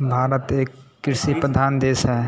भारत एक कृषि प्रधान देश है